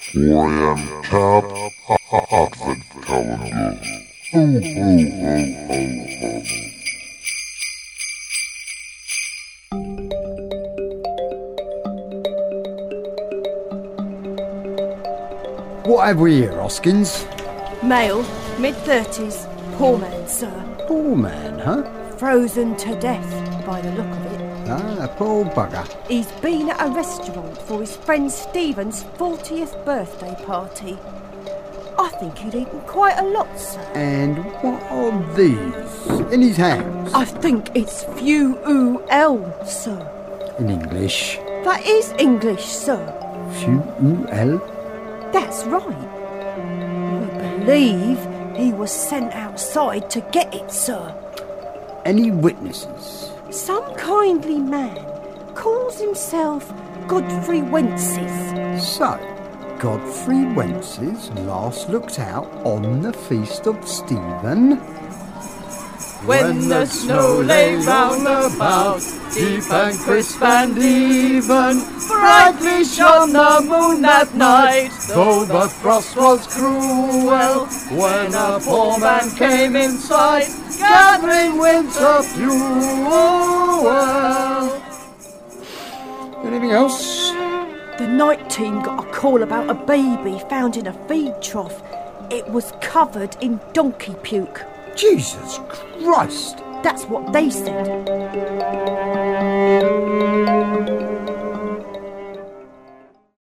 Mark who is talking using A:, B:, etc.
A: for I am top advent calendar. Ho, ho, ho, ho, ho.
B: What have we here, Hoskins?
C: Male, mid 30s, poor man, sir.
B: Poor man, huh?
C: Frozen to death by the look of it.
B: Ah, poor bugger.
C: He's been at a restaurant for his friend Stephen's 40th birthday party. I think he'd eaten quite a lot, sir.
B: And what are these? In his hands?
C: I think it's few oo l, sir.
B: In English.
C: That is English, sir.
B: Q-U-L?
C: That's right. We believe he was sent outside to get it, sir.
B: Any witnesses?
C: Some kindly man calls himself Godfrey Wences.
B: So, Godfrey Wences last looked out on the feast of Stephen.
D: When the snow lay round about, deep and crisp and even, brightly shone the moon that night. Though the frost was cruel, when a poor man came in sight, gathering winter fuel.
B: Anything else?
C: The night team got a call about a baby found in a feed trough. It was covered in donkey puke.
B: Jesus Christ!
C: That's what they said.